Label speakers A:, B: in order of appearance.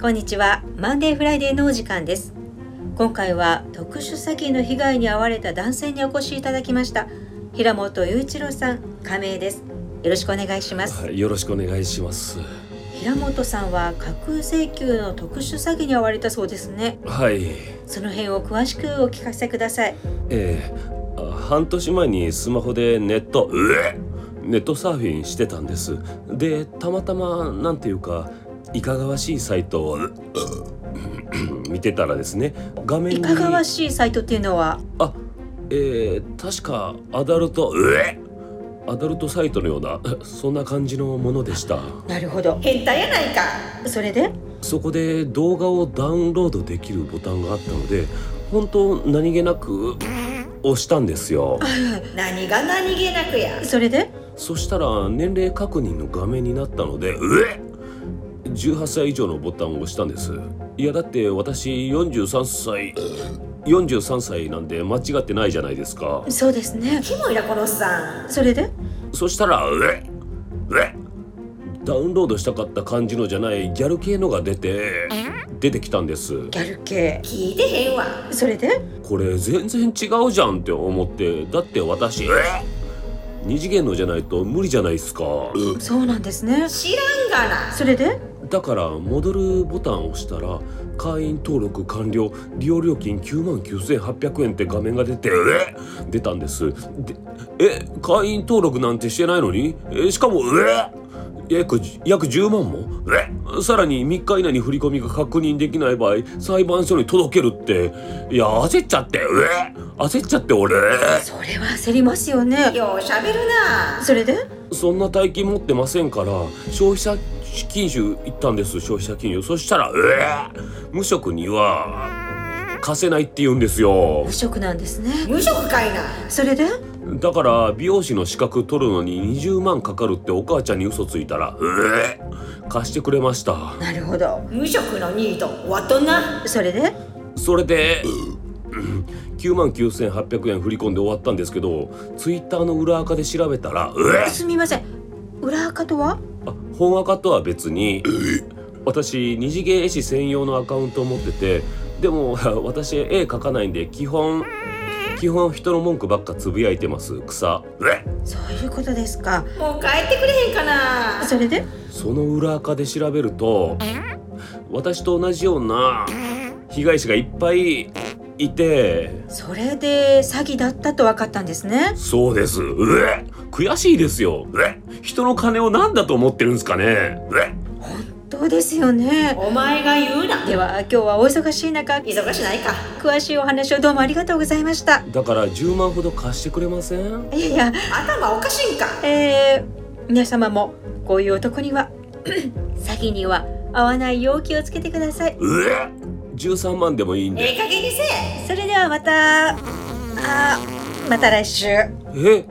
A: こんにちはマンデーフライデーのお時間です今回は特殊詐欺の被害に遭われた男性にお越しいただきました平本雄一郎さん加盟ですよろしくお願いします、
B: はい、よろしくお願いします。
A: 平本さんは架空請求の特殊詐欺に遭われたそうですね
B: はい、
A: その辺を詳しくお聞かせください
B: ええあ半年前にスマホでネット、うえネットサーフィンしてたんです。で、たまたま、なんていうか、いかがわしいサイトを、うう見てたらですね、画面に。
A: いかがわしいサイトっていうのは
B: あえー、確かアダルトうえアダルトサイトのようなそんな感じのものでした
A: なるほど変態やないかそれで
B: そこで動画をダウンロードできるボタンがあったので本当何気なく押したんですよ
A: 何が何気なくやそれで
B: そしたら年齢確認の画面になったのでうえ18歳以上のボタンを押したんですいやだって私43歳43歳なんで間違ってないじゃないですか
A: そうですねキモいなこのおっさんそれで
B: そしたらうえうえダウンロードしたかった感じのじゃないギャル系のが出て出てきたんです
A: ギャル系
C: 聞いてへんわ
A: それで
B: これ全然違うじゃんって思ってだって私二次元のじゃないと無理じゃないですか
A: そうなんですね
C: 知らんがな
A: それで
B: だから戻るボタンを押したら会員登録完了利用料金9万9800円って画面が出てえ出たんですでえ会員登録なんてしてないのにえしかもえ約約10万もえさらに3日以内に振り込みが確認できない場合裁判所に届けるっていや焦っちゃってえ焦っちゃって俺
A: それは焦りますよね
C: ようしゃべるな
A: それで
B: そんな大金持ってませんから消費者金融行ったんです消費者金融そしたらえー無職には貸せないって言うんですよ
A: 無職なんですね
C: 無職かいな
A: それで
B: だから美容師の資格取るのに20万かかるってお母ちゃんに嘘ついたらえー貸してくれました
A: なるほど
C: 無職のニートわっとんな
A: それで
B: それで9万9800円振り込んで終わったんですけどツイッターの裏垢で調べたらえー
A: すみません裏垢とは
B: あ本アカとは別に私二次元絵師専用のアカウントを持っててでも 私絵描かないんで基本基本人の文句ばっかつぶやいてます草
A: そういうことですか
C: もう帰ってくれへんかな
A: それで
B: その裏垢で調べると私と同じような被害者がいっぱいいて
A: それで詐欺だったと分かったんですね
B: そうですうえ悔しいですようえ人の金を何だと思ってるんですかねうえ
A: どうですよね
C: お前が言うな
A: では今日はお忙しい中
C: 忙しないか
A: 詳しいお話をどうもありがとうございました
B: だから10万ほど貸してくれません
A: いやいや
C: 頭おかしいんか
A: えー、皆様もこういう男には 詐欺には合わないよう気をつけてくださいう
B: え13万でもいいんで
C: ええ加減にせえ
A: それではまたあーまた来週
B: え